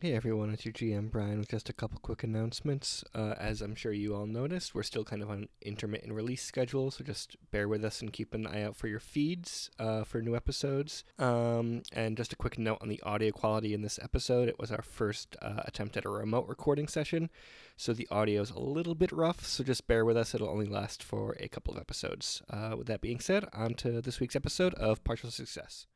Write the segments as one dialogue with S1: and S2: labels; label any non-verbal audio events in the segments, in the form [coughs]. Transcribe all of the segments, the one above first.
S1: Hey everyone, it's your GM Brian with just a couple quick announcements. Uh, as I'm sure you all noticed, we're still kind of on an intermittent release schedule, so just bear with us and keep an eye out for your feeds uh, for new episodes. Um, and just a quick note on the audio quality in this episode it was our first uh, attempt at a remote recording session, so the audio is a little bit rough, so just bear with us. It'll only last for a couple of episodes. Uh, with that being said, on to this week's episode of Partial Success.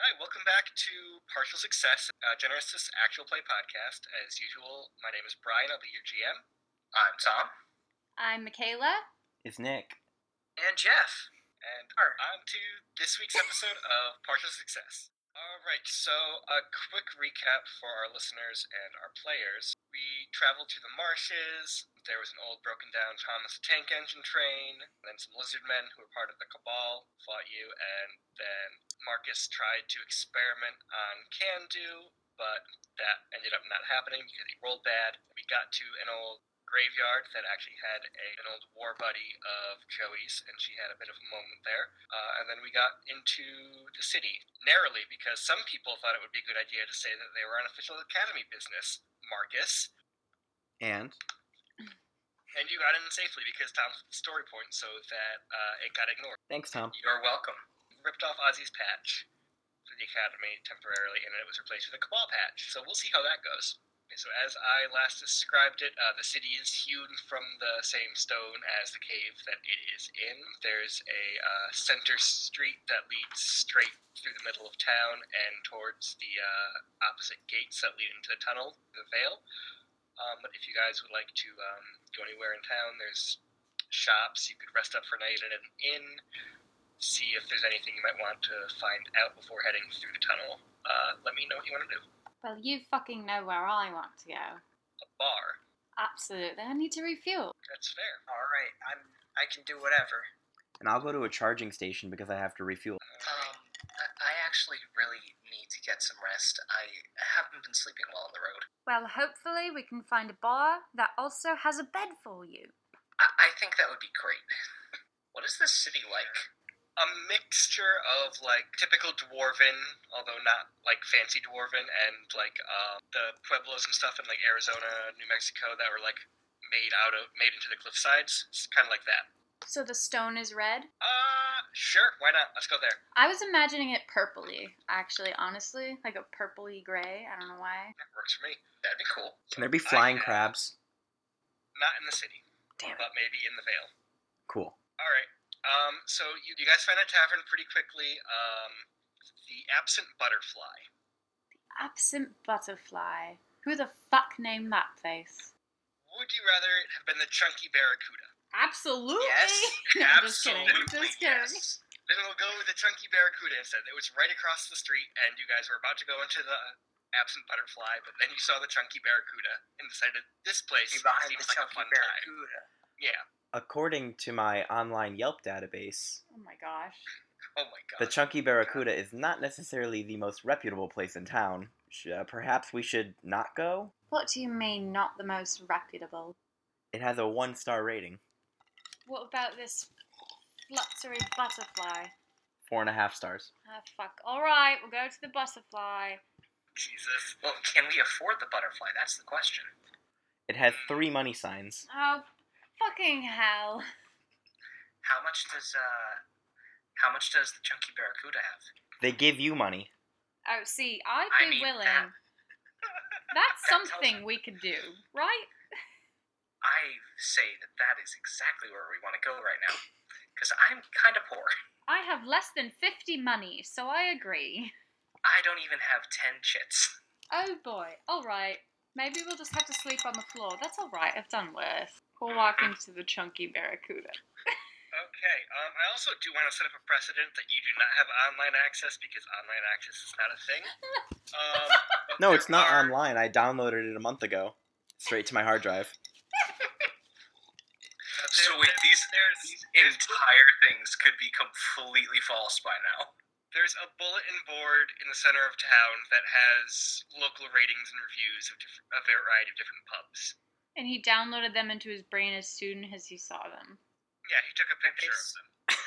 S2: All right, welcome back to Partial Success, uh, Genesis Actual Play Podcast. As usual, my name is Brian. I'll be your GM. I'm Tom.
S3: I'm Michaela.
S4: It's Nick.
S2: And Jeff. And on to this week's episode of Partial Success. All right, so a quick recap for our listeners and our players. We traveled to the marshes. There was an old broken down Thomas the Tank Engine train. Then some lizard men who were part of the Cabal fought you. And then Marcus tried to experiment on Can Do, but that ended up not happening because he rolled bad. We got to an old graveyard that actually had a, an old war buddy of Joey's, and she had a bit of a moment there. Uh, and then we got into the city narrowly because some people thought it would be a good idea to say that they were on official academy business, Marcus.
S4: And
S2: And you got in safely because Tom flipped the story point so that uh, it got ignored.
S4: thanks, Tom.
S2: You're Um, welcome. Ripped off Ozzy's patch for the academy temporarily, and then it was replaced with a cabal patch. So we'll see how that goes. Okay, so as I last described it, uh, the city is hewn from the same stone as the cave that it is in. There's a uh, center street that leads straight through the middle of town and towards the uh, opposite gates that lead into the tunnel, the Vale. Um, but if you guys would like to um, go anywhere in town, there's shops. You could rest up for a night at an inn see if there's anything you might want to find out before heading through the tunnel. Uh, let me know what you want to do.
S3: Well, you fucking know where I want to go.
S2: A bar.
S3: Absolutely. I need to refuel.
S2: That's fair.
S5: All right, I'm. I can do whatever.
S4: And I'll go to a charging station because I have to refuel.
S2: Uh,
S5: Um, I, I actually really need to get some rest. I haven't been sleeping well on the road.
S3: Well, hopefully we can find a bar that also has a bed for you.
S5: I, I think that would be great. What is this city like?
S2: a mixture of like typical dwarven, although not like fancy dwarven, and like um, the pueblos and stuff in like Arizona, New Mexico that were like made out of made into the cliff sides. It's kind of like that.
S3: So the stone is red?
S2: Uh, sure. Why not? Let's go there.
S3: I was imagining it purpley, actually, honestly. Like a purpley gray. I don't know why.
S2: That works for me. That'd be cool.
S4: Can there be flying
S2: I-
S4: crabs?
S2: Not in the city,
S4: Damn it.
S2: but maybe in the Vale.
S4: Cool.
S2: All right. Um, so you, you guys find a tavern pretty quickly. Um, the Absent Butterfly.
S3: Absent butterfly. Who the fuck named that place?
S2: Would you rather it have been the Chunky Barracuda?
S3: Absolutely.
S5: Yes,
S3: No, [laughs] I'm just kidding. I'm
S2: absolutely,
S3: Just kidding.
S2: yes. Then we'll go with the Chunky Barracuda instead. It was right across the street, and you guys were about to go into the Absent Butterfly, but then you saw the Chunky Barracuda and decided this place
S5: Be
S2: seems
S5: behind
S2: like
S5: the
S2: a
S5: chunky
S2: fun time.
S5: barracuda.
S2: Yeah.
S4: According to my online Yelp database,
S3: Oh my gosh.
S2: Oh my god.
S4: the Chunky Barracuda is not necessarily the most reputable place in town. Sh- uh, perhaps we should not go?
S3: What do you mean, not the most reputable?
S4: It has a one star rating,
S3: What about this fluttery butterfly?
S4: four and a half stars.
S3: Ah, fuck. All right, we'll go to the butterfly.
S2: Jesus.
S5: Well, can we afford the butterfly? That's the question.
S4: It has three money signs.
S3: Oh, fucking hell.
S5: How much does uh, how much does the chunky barracuda have?
S4: They give you money.
S3: Oh, see, I'd
S5: I
S3: be
S5: mean,
S3: willing.
S5: that-
S3: [laughs] That's
S5: that tells
S3: something
S5: me.
S3: we could do, right?
S5: I say that that is exactly where we want to go right now, because I'm kind of poor.
S3: I have less than 50 money, so I agree.
S5: I don't even have ten chits.
S3: Oh boy, all right. Maybe we'll just have to sleep on the floor. That's all right, I've done worse. Or walk into the chunky barracuda.
S2: Okay. Um, I also do want to set up a precedent that you do not have online access because online access is not a thing.
S5: [laughs]
S2: Um, but
S4: No, it's
S2: there
S4: not
S2: are-
S4: online. I downloaded it a month ago, straight to my hard drive. [laughs]
S2: but there-
S5: So wait, these
S2: there's
S5: these entire things could be completely false by now.
S2: There's a bulletin board in the center of town that has local ratings and reviews of diff- a variety of different pubs.
S3: And he downloaded them into his brain as soon as he saw them.
S2: Yeah, he took a picture of them.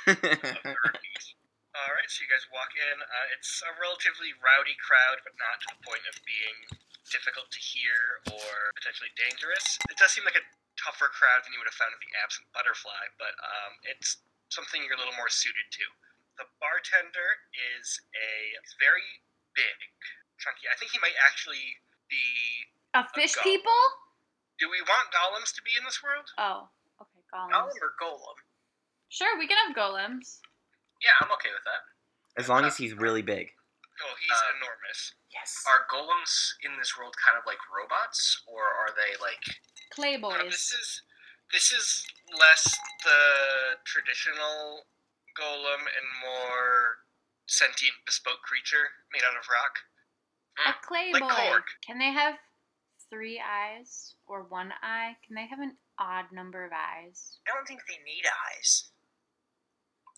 S2: Of the reviews. All right, so you guys walk in. Uh, it's a relatively rowdy crowd, but not to the point of being difficult to hear or potentially dangerous. It does seem like a tougher crowd than you would have found at the Absent Butterfly, but um, it's something you're a little more suited to. The bartender is a he's very big, chunky. I think he might actually be.
S3: A fish
S2: golem.
S3: people?
S2: Do we want golems to be in this world?
S3: Oh, okay, golems.
S5: Golem or Golem?
S3: Sure, we can have golems.
S5: Yeah, I'm okay with that.
S4: As long as he's really big.
S2: Oh, he's
S5: Uh,
S2: enormous.
S5: Yes. Are golems in this world kind of like robots, or are they like?
S3: Clay
S2: Uh, this
S3: boys.
S2: is this is less the traditional golem and more sentient bespoke creature made out of rock.
S3: A clay
S2: like
S3: boy.
S2: Korg.
S3: Can they have three eyes or one eye? Can they have an odd number of eyes?
S5: I don't think they need eyes.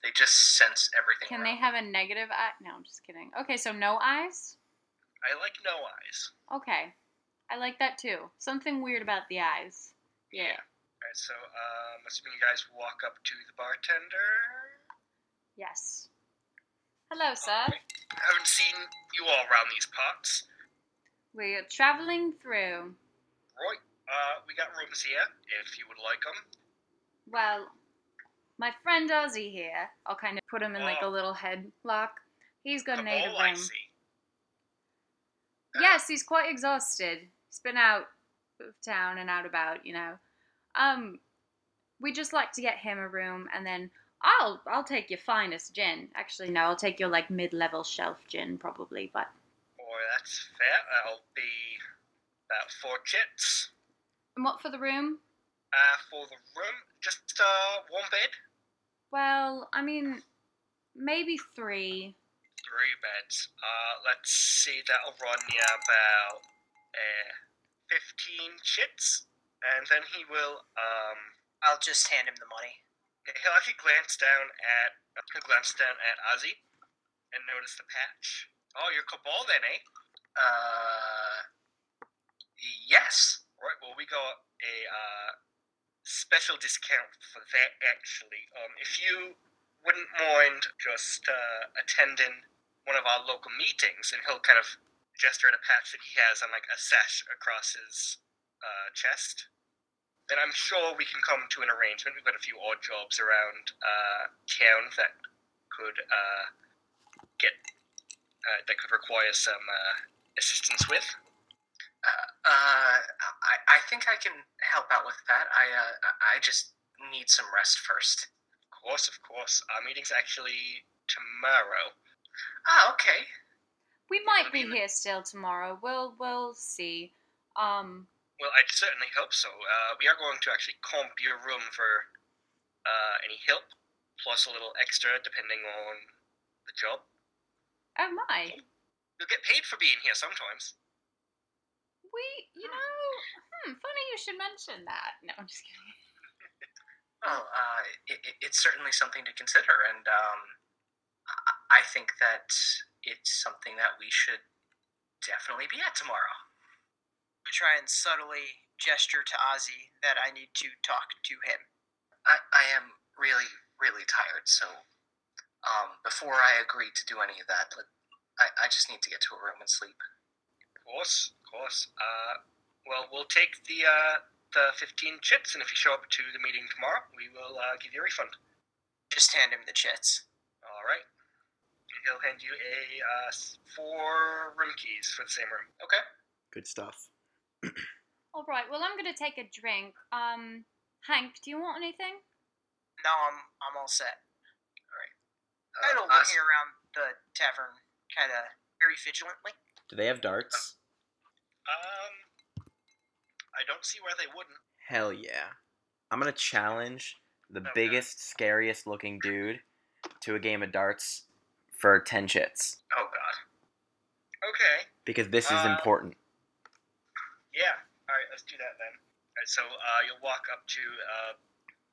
S2: They just sense everything.
S3: Can they have a negative eye? No, I'm just kidding. Okay, so no eyes?
S2: I like no eyes.
S3: Okay. I like that too. Something weird about the eyes. Yeah.
S2: All right, so um, assuming you guys walk up to the bartender.
S3: Yes. Hello, sir.
S2: I haven't seen you all around these parts.
S3: We're traveling through.
S2: Right. Uh, we got rooms here if you would like them.
S3: Well, my friend Ozzy here, I'll kind of put him in like a little headlock. He's got an eight
S2: oh,
S3: of
S2: I
S3: them.
S2: see.
S3: Yes, he's quite exhausted. He's been out of town and out about, you know. Um, we just like to get him a room, and then I'll I'll take your finest gin. Actually, no, I'll take your like mid-level shelf gin probably. But
S2: Boy, that's fair. That'll be about four chips.
S3: and what for the room?
S2: Uh, for the room, just uh, one bed,
S3: Well, I mean, maybe three.
S2: three beds. Uh, let's see, that'll run you about uh, fifteen chips, and then he will um.
S5: I'll just hand him the money.
S2: He'll actually glance down at he'll glance down at Ozzy and notice the patch. Oh, you're Cabal then, eh?
S5: Uh, yes.
S2: Right. Well, we got a uh, special discount for that actually. Um, if you wouldn't mind just uh, attending one of our local meetings, and he'll kind of gesture at a patch that he has on like a sash across his uh, chest. Then I'm sure we can come to an arrangement. We've got a few odd jobs around uh, town that could uh, get uh, that could require some uh, assistance with.
S5: Uh, I, I think I can help out with that. I uh, I just need some rest first.
S2: Of course, of course. Our meeting's actually tomorrow.
S5: Ah, okay.
S3: We
S2: I
S3: might be
S2: mean-
S3: here still tomorrow. We'll we'll see. Um,
S2: Well, I certainly hope so. Uh, we are going to actually comp your room for uh, any help, plus a little extra depending on the job.
S3: oh my,
S2: You'll get paid for being here sometimes.
S3: we you know, hmm, funny you should mention that. No, I'm just kidding.
S5: Well, uh, it, it- it's certainly something to consider, and um, I, I think that it's something that we should definitely be at tomorrow.
S6: I try and subtly gesture to Ozzy that I need to talk to him.
S5: I, I am really, really tired, so um, before I agree to do any of that, let, I, I just need to get to a room and sleep.
S2: Of course, of course. Uh, well, we'll take the uh, the 15 chips, and if you show up to the meeting tomorrow, we will uh, give you a refund.
S6: Just hand him the chits.
S2: All right. He'll hand you a uh, s- four room keys for the same room. Okay.
S4: Good stuff.
S3: All right. Well, I'm gonna take a drink. Um, Hank, do you want anything?
S6: No, I'm I'm all set.
S2: Uh,
S6: Kind of
S2: us-
S6: looking around the tavern, kind of very
S2: [laughs]
S6: vigilantly.
S4: Do they have darts?
S2: Um, I don't see why they wouldn't.
S4: Hell yeah. I'm gonna challenge the
S2: Okay.
S4: biggest, scariest looking dude to a game of darts for 10 chits.
S2: Oh God. Okay.
S4: Because this is
S2: Uh,
S4: important.
S2: Yeah. All right. Let's do that then. All right. So uh, you'll walk up to uh,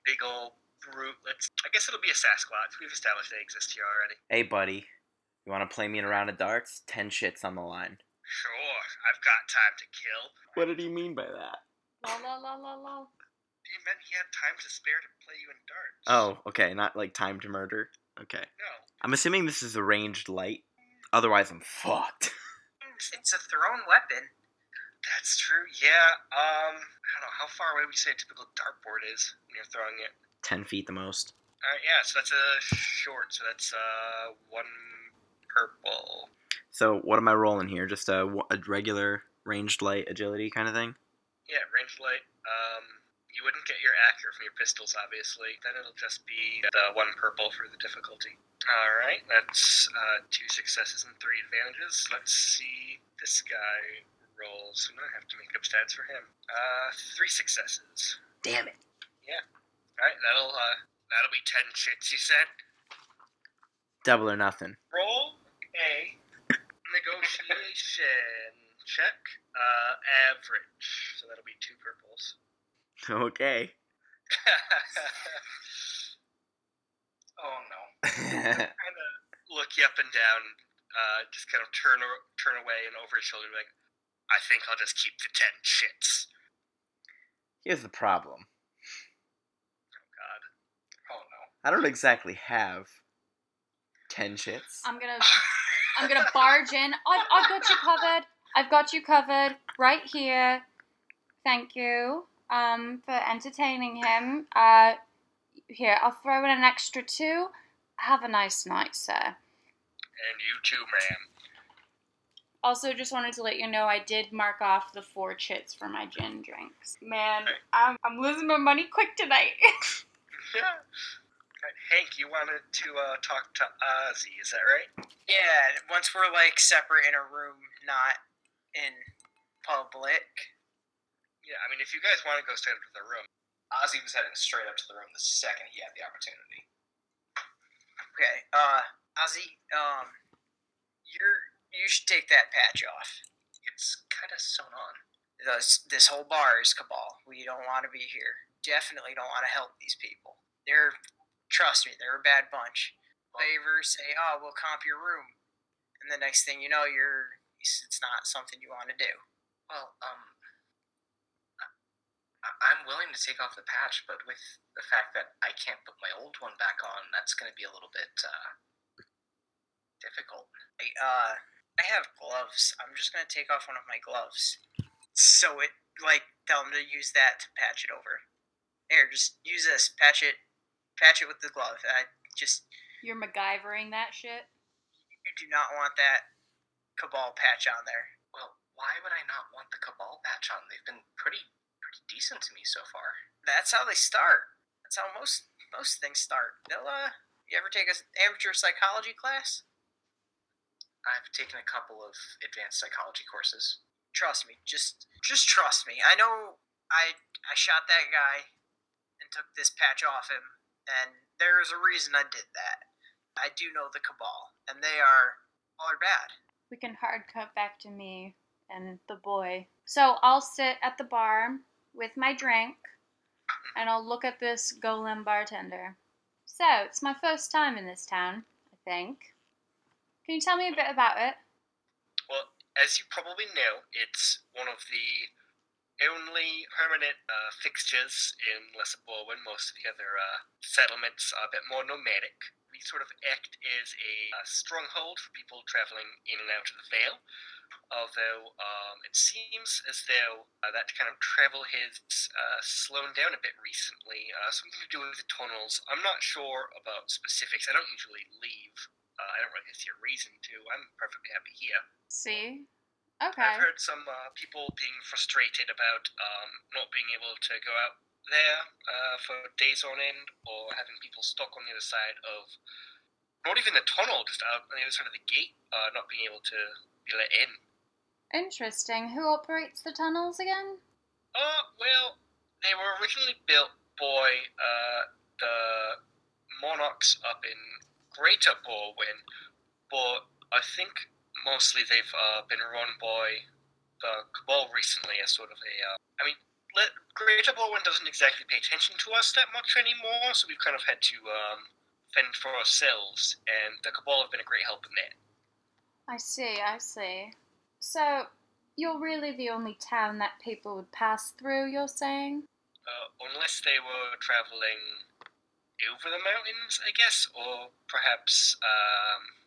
S2: big old brute. Let's. I guess it'll be a Sasquatch. We've established they exist here already.
S4: Hey, buddy, you wanna play me in a round of darts? 10 shits on the line.
S2: Sure. I've got time to kill.
S4: What did he mean by that?
S3: La la la la la.
S2: He meant he had time to spare to play you in darts.
S4: Oh, okay, not like time to murder. Okay.
S2: No.
S4: I'm assuming this is a ranged light. Otherwise, I'm fucked. [laughs]
S6: It's a thrown weapon.
S2: That's true. Yeah. Um, I don't know how far away would you say a typical dartboard is when you're throwing it.
S4: Ten feet the most.
S2: All right. Yeah. So that's a short. So that's uh one purple.
S4: So what am I rolling here? Just a, w- a regular ranged light agility kind of thing.
S2: Yeah. Range light. Um, you wouldn't get your accurate from your pistols, obviously. Then it'll just be the one purple for the difficulty. All right. That's uh, two successes and three advantages. Let's see this guy rolls. I'm gonna have to make up stats for him. Uh, three successes.
S4: Damn it.
S2: All right, that'll uh, that'll be ten shits. You said
S4: Double or nothing. [laughs]
S2: roll a [coughs] negotiation check, uh, average. So that'll be two purples.
S4: Okay. [laughs]
S2: [laughs]
S5: Oh no.
S2: kind of look you up and down, uh, just kind of turn a- turn away and over his shoulder, be like, I think I'll just keep the ten shits.
S4: Here's the problem.
S2: God.
S5: Oh
S2: [laughs]
S5: no.
S4: I don't exactly have ten shits.
S3: I'm gonna I'm gonna barge in. I've, I've got you covered. I've got you covered right here. Thank you um, for entertaining him. Uh, here, I'll throw in an extra two. Have a nice night, sir.
S2: And you too, ma'am.
S3: Also, just wanted to let you know I did mark off the four chits for my gin drinks. Man, I'm, I'm losing my money quick tonight. [laughs]
S2: Yeah. Alright, Hank, you wanted to uh, talk to Ozzy, is that right?
S6: Yeah, once we're like separate in a room, not in public.
S2: Yeah, I mean, if you guys want to go stand up to the room,
S5: Ozzy was heading straight up to the room the second he had the opportunity.
S6: Okay, uh, Ozzy, um, you're you should take that patch off.
S5: It's kind of sewn on.
S6: This this whole bar is cabal. We don't want to be here. Definitely don't want to help these people. They're trust me, they're a bad bunch. Favor, say, oh, we'll comp your room, and the next thing you know, you're it's not something you want to do.
S5: Well, um, I- I'm willing to take off the patch, but with the fact that I can't put my old one back on, that's going to be a little bit uh, difficult.
S6: I, uh, I have gloves. I'm just gonna take off one of my gloves. So it, like, tell them to use that to patch it over. Here, just use this. Patch it. Patch it with the glove. I just,
S3: You're MacGyvering that shit.
S6: you do not want that cabal patch on there.
S5: Well, why would I not want the Cabal patch on? They've been pretty pretty decent to me so far.
S6: That's how they start. That's how most most things start. They'll, uh, you ever take a s- amateur psychology class?
S5: I've taken a couple of advanced psychology courses.
S6: Trust me. Just, just trust me. I know. I I shot that guy and took this patch off him, and there is a reason I did that. I do know the Cabal, and they are all are bad.
S3: we can hard cut back to me and the boy. So I'll sit at the bar with my drink and I'll look at this golem bartender. So it's my first time in this town, I think. Can you tell me a bit about it?
S2: Well, as you probably know, it's one of the only permanent uh, fixtures in Lesser Borwin. Most of the other uh, settlements are a bit more nomadic. We sort of act as a, uh stronghold for people traveling in and out of the Vale. Although um, it seems as though uh, that kind of travel has uh, slowed down a bit recently, uh, something to do with the tunnels. I'm not sure about specifics. I don't usually leave. Uh, I don't really see a reason to. I'm perfectly happy here.
S3: See? Okay.
S2: I've heard some uh, people being frustrated about um, not being able to go out there uh, for days on end, or having people stuck on the other side of not even the tunnel, just out on the other side of the gate, uh, not being able to be let in.
S3: Interesting. Who operates the tunnels again?
S2: Oh, well, they were originally built by uh, the monarchs up in Greater Borwin, but I think mostly they've uh, been run by the Cabal recently as sort of a. Uh, I mean, let, Greater Borwin doesn't exactly pay attention to us that much anymore, so we've kind of had to um, fend for ourselves, and the Cabal have been a great help in that.
S3: I see, I see. So you're really the only town that people would pass through, you're saying?
S2: Uh, unless they were traveling over the mountains, I guess, or perhaps um,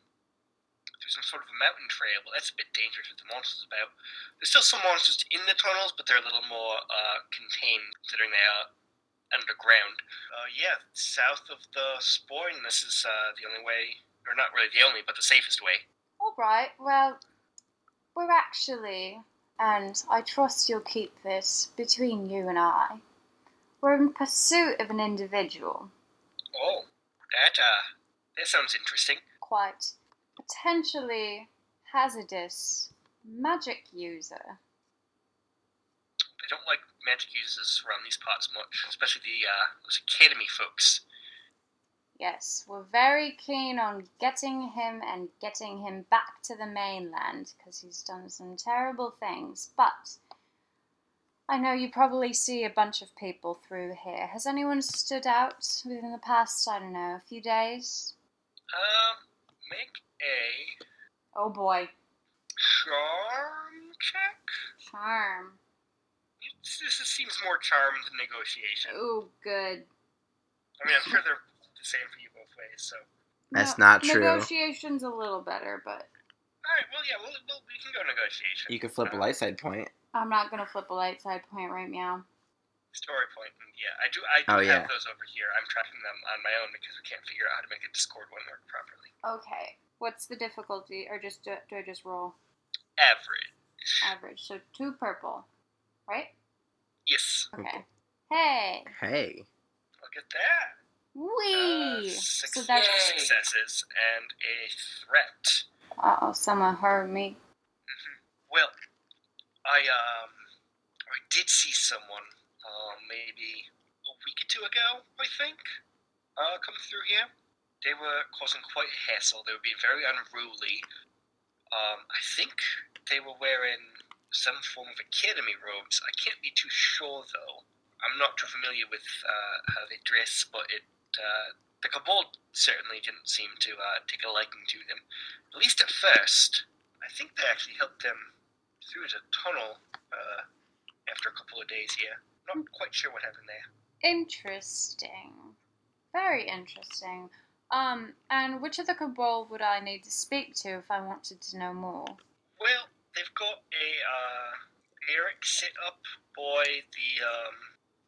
S2: through some sort of a mountain trail, but that's a bit dangerous with the monsters about. There's still some monsters in the tunnels, but they're a little more uh, contained considering they are underground. Uh, yeah, south of the Sporn, this is uh, the only way, or not really the only, but the safest way.
S3: All right. Well, we're actually, and I trust you'll keep this between you and I. We're in pursuit of an individual,
S2: Oh, that uh, that sounds interesting.
S3: quite potentially hazardous magic user.
S2: I don't like magic users around these parts much, especially the uh, those academy folks.
S3: Yes, we're very keen on getting him and getting him back to the mainland because he's done some terrible things. But I know you probably see a bunch of people through here. Has anyone stood out within the past, I don't know, a few days?
S2: Um, make a
S3: Oh boy,
S2: charm check.
S3: charm.
S2: This, this seems more charm than negotiation.
S3: Oh, good.
S2: I mean, I'm sure they're the same for you both ways. So,
S4: That's not true.
S3: Negotiation's a little better, but
S2: all right, well, yeah, we'll, we'll, we can go negotiation.
S4: You could flip
S2: Uh,
S4: a light side point.
S3: I'm not going to flip a light side point right now.
S2: Story point, and yeah, I do. I do
S4: Oh,
S2: have
S4: yeah.
S2: those over here. I'm tracking them on my own because we can't figure out how to make the Discord one work properly.
S3: Okay, what's the difficulty? Or just do, do I just roll
S2: Average.
S3: average? So two purple, right?
S2: Yes.
S3: Okay. Hey.
S4: Hey.
S2: Look at that. Uh,
S3: Wee.
S2: six
S3: so that's
S2: successes and a threat.
S3: uh oh, someone heard me.
S2: Well, I um, I did see someone uh, maybe a week or two ago, I think, uh, come through here. They were causing quite a hassle. They were being very unruly. Um, I think they were wearing some form of academy robes. I can't be too sure though. I'm not too familiar with uh, how they dress, but it uh, the kobold certainly didn't seem to uh, take a liking to them, at least at first. I think they actually helped them through the tunnel uh, after a couple of days here. Not quite sure what happened there.
S3: Interesting. Very interesting. Um, and which of the cabal would I need to speak to if I wanted to know more?
S2: Well, they've got a uh, barrack set up by the um,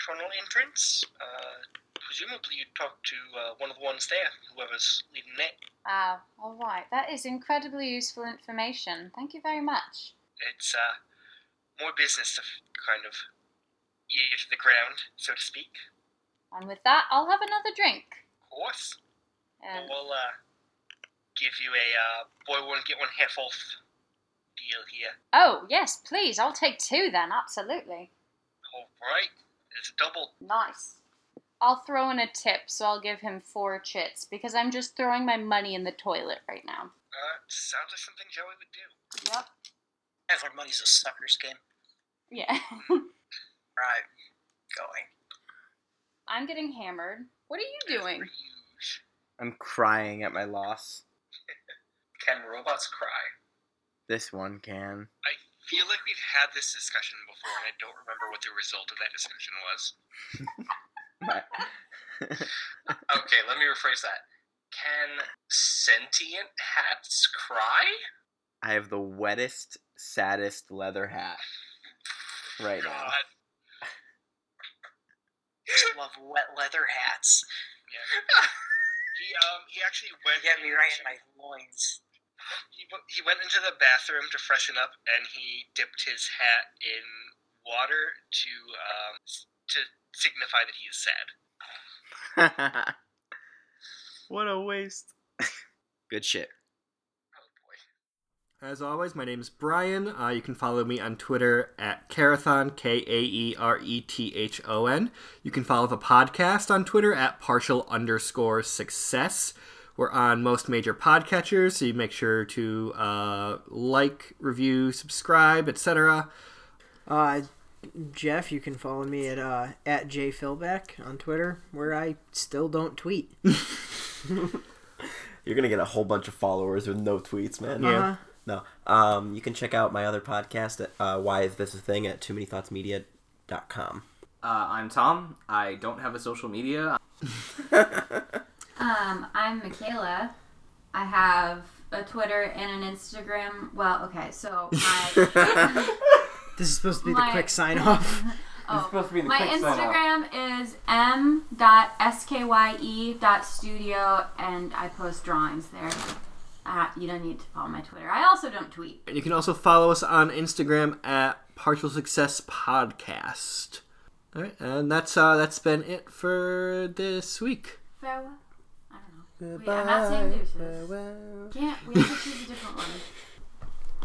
S2: tunnel entrance. Uh, presumably, you'd talk to uh, one of the ones there, whoever's leading that.
S3: Wow, all right. Ah, That is incredibly useful information. Thank you very much.
S2: It's uh, more business to f- kind of ear to the ground, so to speak.
S3: And with that, I'll have another drink.
S2: Of course.
S3: And
S2: We'll uh, give you a uh, boy one get one half off deal here.
S3: oh, yes, please. I'll take two then. Absolutely.
S2: All right, it's a double.
S3: Nice. I'll throw in a tip, so I'll give him four chits because I'm just throwing my money in the toilet right now.
S2: Uh, sounds like something Joey would do.
S3: Yep.
S6: I've learned money's a sucker's game.
S3: Yeah. [laughs]
S6: Right. Going.
S3: I'm getting hammered. What are you doing?
S2: As per usual.
S4: I'm crying at my loss.
S5: Can robots cry?
S4: This one can.
S2: I feel like we've had this discussion before, and I don't remember what the result of that discussion was.
S5: Okay, let me rephrase that. Can sentient hats cry?
S4: I have the wettest, saddest leather hat right now.
S2: God,
S6: Just love wet leather hats.
S2: yeah. he um he actually went.
S6: Get me right in my loins.
S2: He, w- he went into the bathroom to freshen up, and he dipped his hat in water to um s- to signify that he is sad.
S4: [laughs] what a waste. [laughs] Good shit.
S2: Oh boy.
S1: As always, my name is Brian. Uh, you can follow me on Twitter at Carathon, K A E R E T H O N. You can follow the podcast on Twitter at partial underscore success. We're on most major podcatchers, so you make sure to uh, like, review, subscribe, etc.
S7: Uh, Jeff, you can follow me at uh, at jphilbeck on Twitter, where I still don't tweet.
S8: You're gonna get a whole bunch of followers with no tweets, man.
S7: Yeah.
S8: No. Um, you can check out my other podcast, at, uh, "Why Is This a Thing?" at too many thoughts media.com.
S9: Uh, I'm Tom. I don't have a social media.
S3: Um, I'm Michaela. I have a Twitter and an Instagram. Well, okay, so my
S7: This is supposed to be the
S3: My-
S7: quick sign off.
S3: Oh,
S8: supposed to be the
S3: my
S8: quick sign-off.
S3: Instagram is m.skye.studio, and I post drawings there. Uh, you don't need to follow my Twitter. I also don't tweet.
S10: And you can also follow us on Instagram at Partial Success Podcast. All right, and that's uh, that's been it for this week.
S3: Farewell. I don't know. Wait, I'm not saying deuces. Can't we have to choose a different one?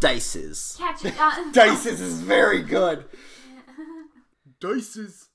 S8: Dices.
S3: Catch it. Uh,
S8: Dices is very good. Dices.